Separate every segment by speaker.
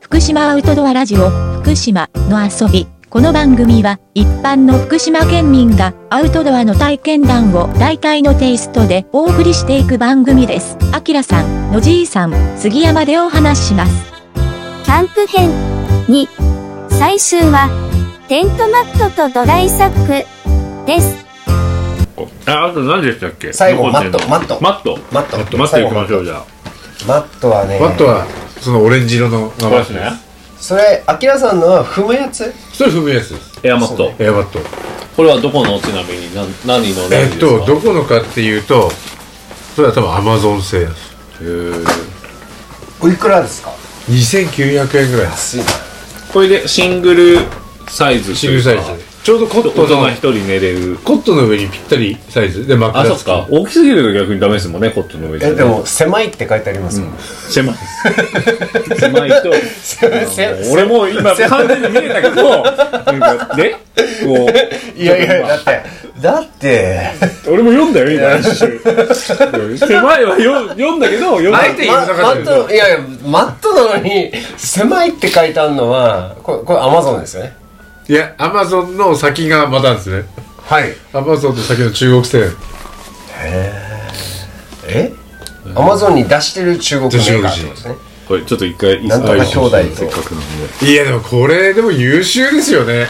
Speaker 1: 福島アウトドアラジオ福島の遊びこの番組は一般の福島県民がアウトドアの体験談を大体のテイストでお送りしていく番組ですあきらさんのじいさん杉山でお話しします
Speaker 2: キャンプ編2最終はテントマットとドライサックです
Speaker 3: ああと何でしたっけ
Speaker 4: 最後
Speaker 3: 残ってんの
Speaker 4: マット
Speaker 3: マット
Speaker 4: マット
Speaker 3: マット行きましょうじゃあ
Speaker 4: マットはね
Speaker 5: バットはそのオレンジ色の名
Speaker 3: これですね
Speaker 4: それアキラさんのは踏むやつ
Speaker 5: それ踏むやつです
Speaker 3: エアマッ
Speaker 4: そう
Speaker 3: ト
Speaker 4: ね
Speaker 5: エアバット
Speaker 3: これはどこのちなみに何何の何
Speaker 5: え
Speaker 3: で
Speaker 5: っ
Speaker 3: すか
Speaker 5: とどこのかっていうとそれは多分アマゾン製やつ
Speaker 3: へー
Speaker 4: おいくらですか
Speaker 5: 2900円ぐらい
Speaker 4: 安いな
Speaker 3: これでシングルサイズ
Speaker 5: シングルサイズでちょうどコ
Speaker 3: 大
Speaker 5: ットン
Speaker 3: 人
Speaker 5: の
Speaker 3: 一人寝れる
Speaker 5: コットンの上にぴったりサイズで枕
Speaker 3: あそ
Speaker 5: 付
Speaker 3: っ
Speaker 5: き
Speaker 3: か大きすぎると逆にダメですもんねコットンの上じゃ
Speaker 4: え
Speaker 3: ね
Speaker 4: でも狭いって書いてあります もん、
Speaker 3: 狭い狭い と
Speaker 4: せせ
Speaker 3: 俺も今完全に見えたけどなんかねこう
Speaker 4: いやいやだってだって
Speaker 3: 俺も読んだよ今一瞬 狭いはよ読んだけど読んだ
Speaker 5: あえて言わな
Speaker 4: マ
Speaker 5: かった
Speaker 4: ッ
Speaker 5: けど
Speaker 4: トいやいやマットなのに狭いって書いてあるのはこれこれアマゾンですよね
Speaker 5: いやアマゾンの先がまたですね
Speaker 4: はい
Speaker 5: アマゾンの先の中国製
Speaker 4: えアマゾンに出してる中国メーカーってことですね
Speaker 3: これちょっと一回いい
Speaker 4: なんとか兄弟と
Speaker 3: せっかくなんで
Speaker 5: いやでもこれでも優秀ですよね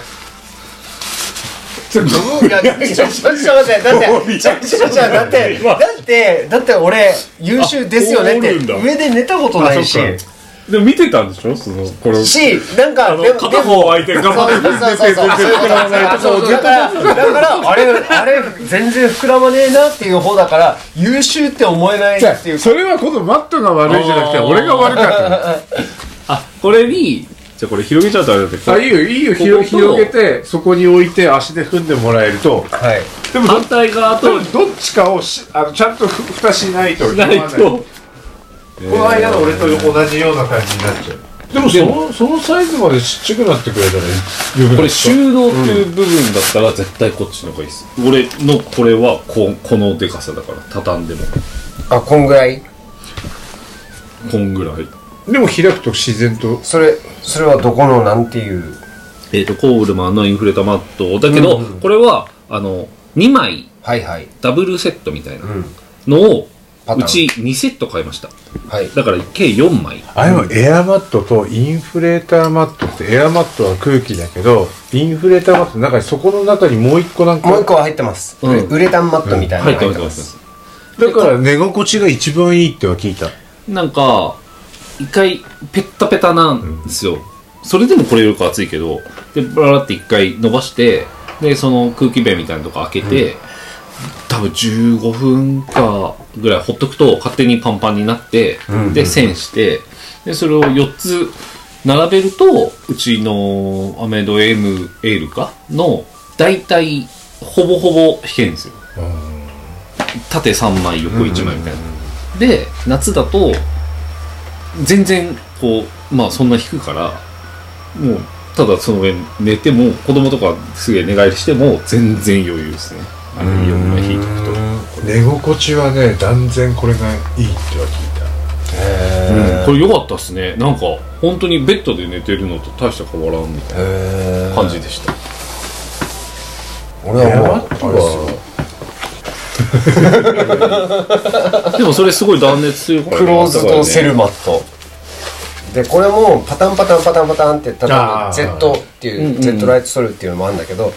Speaker 5: ちょっと
Speaker 4: いや、ちょ、ちょ、ちょ、 待って、だって、ちょ、ちょ、ちょ、だって、だって、だって俺、優秀ですよねっ
Speaker 3: あ
Speaker 4: て、
Speaker 3: おるんだ
Speaker 4: 上で寝たことないし、
Speaker 3: あそでも見てたんでしょそのこれ
Speaker 4: し、なん
Speaker 3: あ
Speaker 4: か、
Speaker 3: の
Speaker 4: でも
Speaker 3: 片方相手が
Speaker 4: そうそうそうそうそういうことだそうだからだからあれあれ全然膨らまねえなっていう方だから優秀って思えないっていう
Speaker 5: それはこのマットが悪いじゃなくて
Speaker 3: あー
Speaker 5: 俺が悪 かっ
Speaker 3: あ これにじゃあこれ広げちゃうとあれだけ
Speaker 5: た
Speaker 3: ど
Speaker 5: あいいよいいよ
Speaker 3: ここと
Speaker 5: 広広げてそこに置いて足で踏んでもらえると
Speaker 4: はい
Speaker 5: でもど
Speaker 3: 反対側と
Speaker 5: どっちかをしあのちゃんとふ蓋しないと
Speaker 3: ないと
Speaker 5: この間の俺と同じような感じになっちゃうでもそのそのサイズまでちっちゃくなってくれたらよくない
Speaker 3: これ収納っていう部分だったら絶対こっちの方がいいです、俺のこれはここのでかさだから畳んでも
Speaker 4: あこんぐらい
Speaker 3: こんぐらい
Speaker 5: でも開くと自然と
Speaker 4: それそれはどこのなんていう
Speaker 3: えっ、とコールマンのインフレタマットだけど、これはあの2枚
Speaker 4: はいはい
Speaker 3: ダブルセットみたいな
Speaker 4: うん
Speaker 3: のを、
Speaker 4: パター
Speaker 3: う
Speaker 4: ン
Speaker 3: ち2セット買いました
Speaker 4: はい
Speaker 3: だから計4枚
Speaker 5: あれもエアマットとインフレーターマットってエアマットは空気だけどインフレーターマットの中にそこの中にもう一個なんか
Speaker 4: もう一個は入ってます、
Speaker 3: うん
Speaker 4: ウレタンマットみたいなの
Speaker 3: 入
Speaker 4: が
Speaker 3: って
Speaker 4: 入
Speaker 3: ま
Speaker 4: っ
Speaker 3: す
Speaker 4: て
Speaker 3: 入ってま
Speaker 4: ます
Speaker 3: す
Speaker 5: だから寝心地が一番いいっては聞いた
Speaker 3: なんか一回ペッタペタなんですよ、それでもこれよく暑いけどでバラって一回伸ばしてでその空気弁みたいなとこ開けて、多分15分かぐらいほっとくと勝手にパンパンになって、で栓してでそれを4つ並べるとうちのアメドエムエールかの大体ほぼほぼ引けるんですよ縦3枚横1枚みたいな、で夏だと全然こうまあそんな引くからもうただその上に寝ても子供とかすげえ寝返りしても全然余裕ですねあれ4枚引いてくと
Speaker 5: 寝心地はね断然これがいいっては聞いた
Speaker 3: これ良かったっすねなんか本当にベッドで寝てるのと大した変わらんみたい
Speaker 4: へ
Speaker 3: な感じでした、
Speaker 4: ー俺はもう
Speaker 5: あれですよ
Speaker 3: でもそれすごい断熱強いから
Speaker 4: クローズドセ
Speaker 3: ル
Speaker 4: ルマットでこれもパタンパタンパタンパタンってただ
Speaker 5: あー
Speaker 4: Z っていう Z ライトソルっていうのもあるんだけど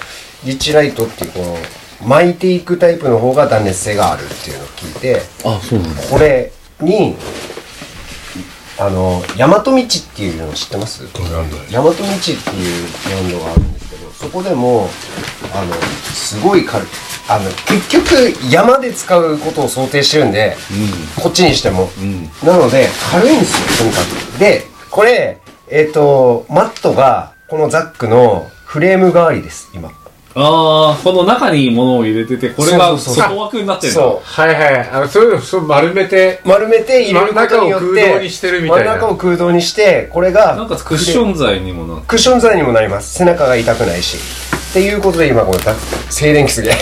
Speaker 4: リッチライトっていうこの巻いていくタイプの方が断熱性があるっていうのを聞いて
Speaker 3: あそうなんだ
Speaker 4: これにあの大和道っていうの知ってます
Speaker 5: なんだ
Speaker 4: 大和道っていうブランドがあるんですけどそこでもあのすごい軽いあの結局山で使うことを想定してるんで、こっちにしても、なので軽いんですよとにかくでこれえっ、とマットがこのザックのフレーム代わりです今
Speaker 3: ああこの中に物を入れててこれが
Speaker 4: そうそうそう
Speaker 3: 外枠になってるんだ
Speaker 4: そう
Speaker 5: はいはいあのそういうのそう丸めて
Speaker 4: 丸めて入れることによって
Speaker 5: 真ん中を空洞にしてるみたいな
Speaker 4: 真ん中を空洞にしてこれが
Speaker 3: なんかクッション材にもなって
Speaker 4: クッション材にもなります背中が痛くないしっていうことで今これだ静電気 すげえ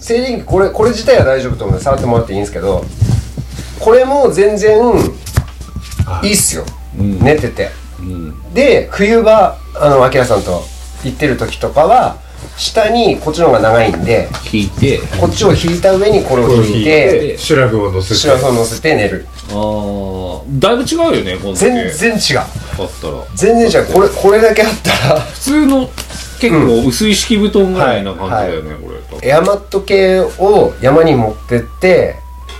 Speaker 4: 静電気これこれ自体は大丈夫と思うんで触ってもらっていいんですけどこれも全然いいっすよ
Speaker 3: うん
Speaker 4: 寝てて
Speaker 3: うん
Speaker 4: で冬場あの明さんと行ってる時とかは下にこっちの方が長いんで
Speaker 3: 引いて
Speaker 4: こっちを引いた上にこれを引いて
Speaker 5: シュラフを乗せ
Speaker 4: シ
Speaker 5: て
Speaker 4: ュラフを乗せて寝る
Speaker 3: あーだいぶ違うよねこんだけ
Speaker 4: 全然違う
Speaker 3: あったら
Speaker 4: 全然違うこれこれだけあったら
Speaker 3: 普通の結構薄い敷布団ぐらいな感じだよね、これ
Speaker 4: エアマット系を山に持ってって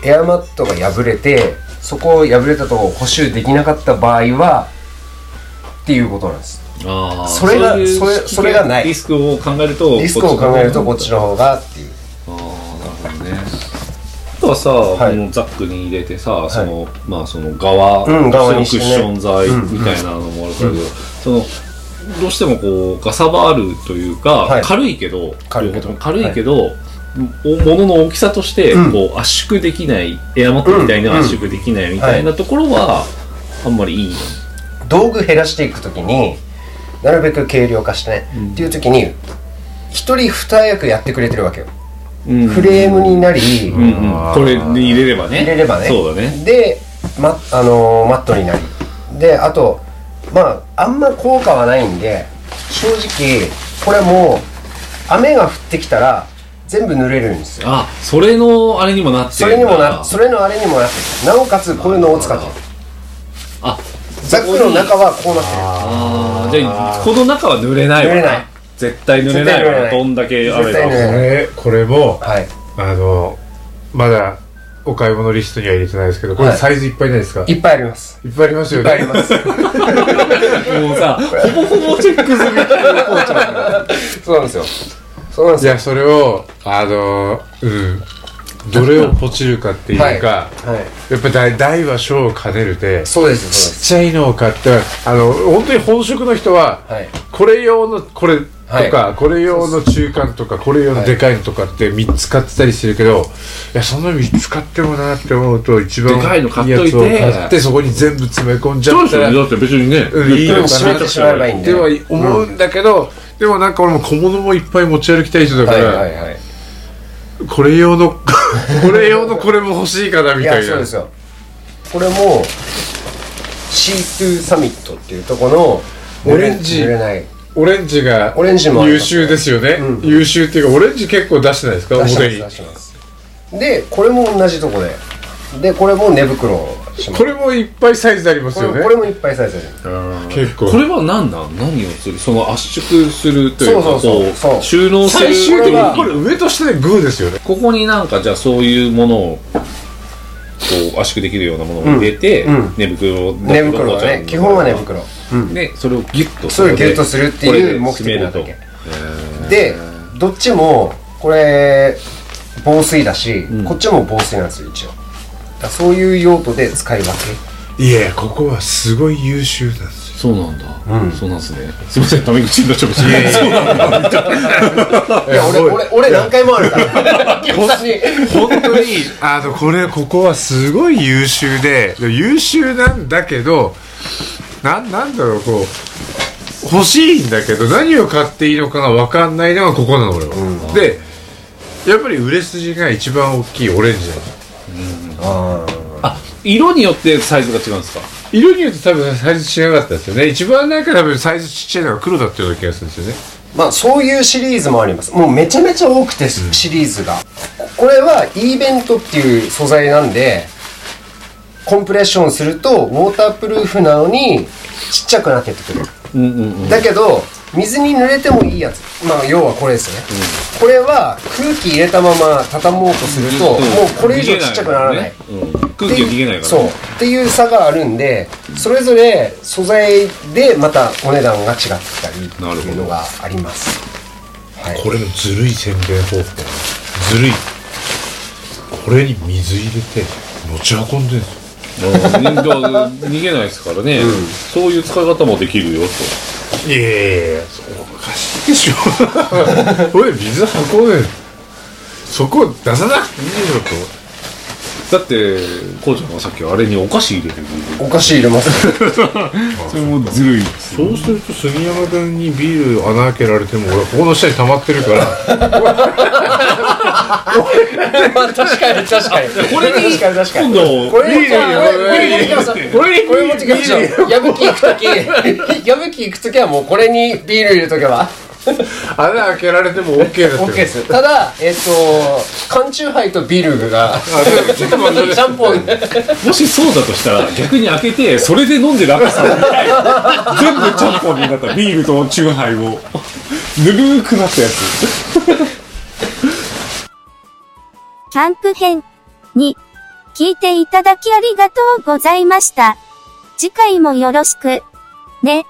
Speaker 4: エアマットが破れてそこを破れたとこを補修できなかった場合はっていうことなんです
Speaker 3: あー
Speaker 4: それが
Speaker 3: ういう
Speaker 4: それそれがない
Speaker 3: リスクを考えると
Speaker 4: リスクを考えるとこっちの方がっていう
Speaker 3: ああなるほどねあとはさ、
Speaker 4: い
Speaker 3: このザックに入れてさその、まあその側,、
Speaker 4: うん側にし
Speaker 3: クッ
Speaker 4: てね
Speaker 3: ション材みたいなのもあるからけど、そのどうしてもこうガサバあるというか、
Speaker 4: はい
Speaker 3: 軽いけど
Speaker 4: 軽
Speaker 3: 両
Speaker 4: いけど
Speaker 3: 方とも軽いけど、お物の大きさとして
Speaker 4: うん
Speaker 3: こう圧縮できない、エアマットみたいな圧縮できないみたいなところは、あんまりいい
Speaker 4: 道具減らしていくときになるべく軽量化してね、っていうときに一人二役やってくれてるわけよ
Speaker 3: うん
Speaker 4: フレームになり、
Speaker 3: うんうん、これに入れればね
Speaker 4: 入れればね
Speaker 3: そうだね
Speaker 4: で、まあのーマットになりであとまああんま効果はないんで正直これもう雨が降ってきたら全部濡れるんですよ
Speaker 3: あそれのあれにもなって
Speaker 4: そ
Speaker 3: る
Speaker 4: れ
Speaker 3: ん
Speaker 4: に
Speaker 3: だ
Speaker 4: もなそれのあれにもなってるなおかつこういうのを使ってる
Speaker 3: あ
Speaker 4: ザックの中はこうなってる
Speaker 3: あーじゃあこの中は濡れないわ
Speaker 4: 濡れない
Speaker 3: 絶対濡れないわ
Speaker 4: 絶対濡れない
Speaker 3: どんだけあれ
Speaker 4: 絶対濡れ
Speaker 5: こ
Speaker 4: ない
Speaker 3: ば
Speaker 5: れこれも
Speaker 4: はい
Speaker 5: あのまだお買い物リストには入れてないですけどこれ
Speaker 4: はい
Speaker 5: サイズいっぱいないですか、い、
Speaker 4: いっぱいあります
Speaker 5: っぱいありますよ
Speaker 4: いっぱいあ
Speaker 5: ね
Speaker 4: ります
Speaker 3: もうさほぼほぼチェック済み
Speaker 4: そうなんですよそうなんです
Speaker 5: い
Speaker 4: よ
Speaker 5: やそれをあのうんどれをポチるかっていうか、
Speaker 4: はいはい
Speaker 5: やっぱ大大は小を兼ねるでちっ
Speaker 4: そうです
Speaker 5: ちゃいのを買ってあの本当に本職の人は、
Speaker 4: はい
Speaker 5: これ用のこれとか、
Speaker 4: は
Speaker 5: これ用の中間とかこれ用のでかいのとかって3つ買ってたりしてるけど、い、やその3つ買ってもなって思うと一番
Speaker 3: でかいの買っ
Speaker 5: や
Speaker 3: とい
Speaker 5: つ
Speaker 3: て
Speaker 5: を買ってそこに全部詰め込んじゃ
Speaker 3: そう
Speaker 5: っ
Speaker 3: です
Speaker 5: た
Speaker 3: よ
Speaker 5: ら
Speaker 3: ねだって別にね
Speaker 5: うんいいのか
Speaker 4: 閉
Speaker 5: な
Speaker 4: めてしまえばいいんで
Speaker 5: では思うんだけど、でもなんか俺も小物もいっぱい持ち歩きたい人だ
Speaker 4: そう
Speaker 5: か
Speaker 4: はい
Speaker 5: ら、
Speaker 4: はいはい
Speaker 5: これ用の これ用のこれも欲しいかなみ
Speaker 4: い
Speaker 5: た
Speaker 4: や
Speaker 5: いな
Speaker 4: そうですよこれも C2 サミットっていうとこの
Speaker 5: オレンジ
Speaker 4: 濡れない
Speaker 5: オレンジが
Speaker 4: オレンジもあり
Speaker 5: 優
Speaker 4: ますね
Speaker 5: 秀ですよね、
Speaker 4: うん
Speaker 5: 優秀っていうかオレンジ結構出してないですか
Speaker 4: 出して
Speaker 5: 表
Speaker 4: ます出
Speaker 5: に
Speaker 4: してますでこれも同じとこででこれも寝袋をします
Speaker 5: これもいっぱいサイズあります
Speaker 4: これ
Speaker 5: よね
Speaker 4: これもいっぱいサイズある
Speaker 5: 結構
Speaker 3: これは何なん何をするその圧縮するというか
Speaker 4: そうそうそう
Speaker 3: こ
Speaker 4: そう
Speaker 3: 収納する
Speaker 5: 最終的
Speaker 3: これは
Speaker 5: にこれ上と下でグーですよね
Speaker 3: ここになんかじゃあそういうものをこう圧縮できるようなものを入れて、
Speaker 4: うんうん
Speaker 3: 寝袋を
Speaker 4: 寝袋はね基本は寝袋
Speaker 3: でそれをギュッと
Speaker 4: それをギュッとするっていう目
Speaker 3: これ
Speaker 4: 的
Speaker 3: で締め
Speaker 4: な
Speaker 3: る
Speaker 4: だ
Speaker 3: と
Speaker 4: けでどっちもこれ防水だし、こっちも防水なんですよ一応だからそういう用途で使い分
Speaker 5: いやいやここはすごい優秀なんです
Speaker 3: そう
Speaker 5: よ
Speaker 3: なんだ、そうなんですねすいませんタメ口になっちゃいました
Speaker 4: けいや俺俺俺何回もあるから 逆に
Speaker 5: 本当にあのこれここはすごい優秀でで優秀なんだけどなんなんだろうこう欲しいんだけど何を買っていいのかが分かんないのがここなの俺は、でやっぱり売れ筋が一番大きいオレンジなの
Speaker 4: あー
Speaker 3: あ色によってサイズが違うんですか
Speaker 5: 色によって多分サイズ違かったですよね一番なんか多分サイズちっちゃいのが黒だったような気がするんですよね
Speaker 4: まあそういうシリーズもありますもうめちゃめちゃ多くてシリーズが、これは E ベントっていう素材なんでコンプレッションするとウォータープルーフなのにちっちゃくなってってくれる、
Speaker 3: うんうんうん
Speaker 4: だけど水に濡れてもいいやつまあ要はこれですよね、これは空気入れたまま畳もうとすると、もうこれ以上ちっちゃくならない、
Speaker 3: うん空気が逃げないから
Speaker 4: そう
Speaker 3: ね
Speaker 4: っていう差があるんでそれぞれ素材でまたお値段が違ってきたりって
Speaker 3: なる
Speaker 4: い
Speaker 3: ほ
Speaker 4: う
Speaker 3: ど
Speaker 4: のがありますはい
Speaker 5: これもずるい宣伝方法ずるいこれに水入れて持ち運んでるんですよ
Speaker 3: うんだから逃げないですからねそういう使い方もできるよと
Speaker 5: いやいやいやそうおかしいで しょこれ水運んでるそこ出さなくていいでしょと
Speaker 3: だってこうちゃんがさっきあれにお菓子入れてくる
Speaker 4: お菓子入れます。
Speaker 3: それもずるいです
Speaker 5: そうすると杉山君にビール穴開けられても俺はここの下に溜まってる から
Speaker 4: まあ確かに確かに。
Speaker 3: これに
Speaker 4: 確かに確か
Speaker 3: 今
Speaker 4: に。
Speaker 3: 度
Speaker 4: これ
Speaker 5: ビール
Speaker 4: 持ってきましょうこれこれ持ってきましょう。矢吹行くと き、矢吹行くときはもうこれにビール入れとけば
Speaker 5: 穴開けられても OK だって
Speaker 4: OK です。ただ、えっと、缶チューハイとビールが、
Speaker 5: あでもちょっと待って
Speaker 4: シャンポンで、
Speaker 3: もしそうだとしたら逆に開けてそれで飲んでラッさんみたいな全部ちゃんぽんになったビールとチューハイをぬるーくなったやつ
Speaker 2: キャンプ編に聞いていただきありがとうございました。次回もよろしく。ね。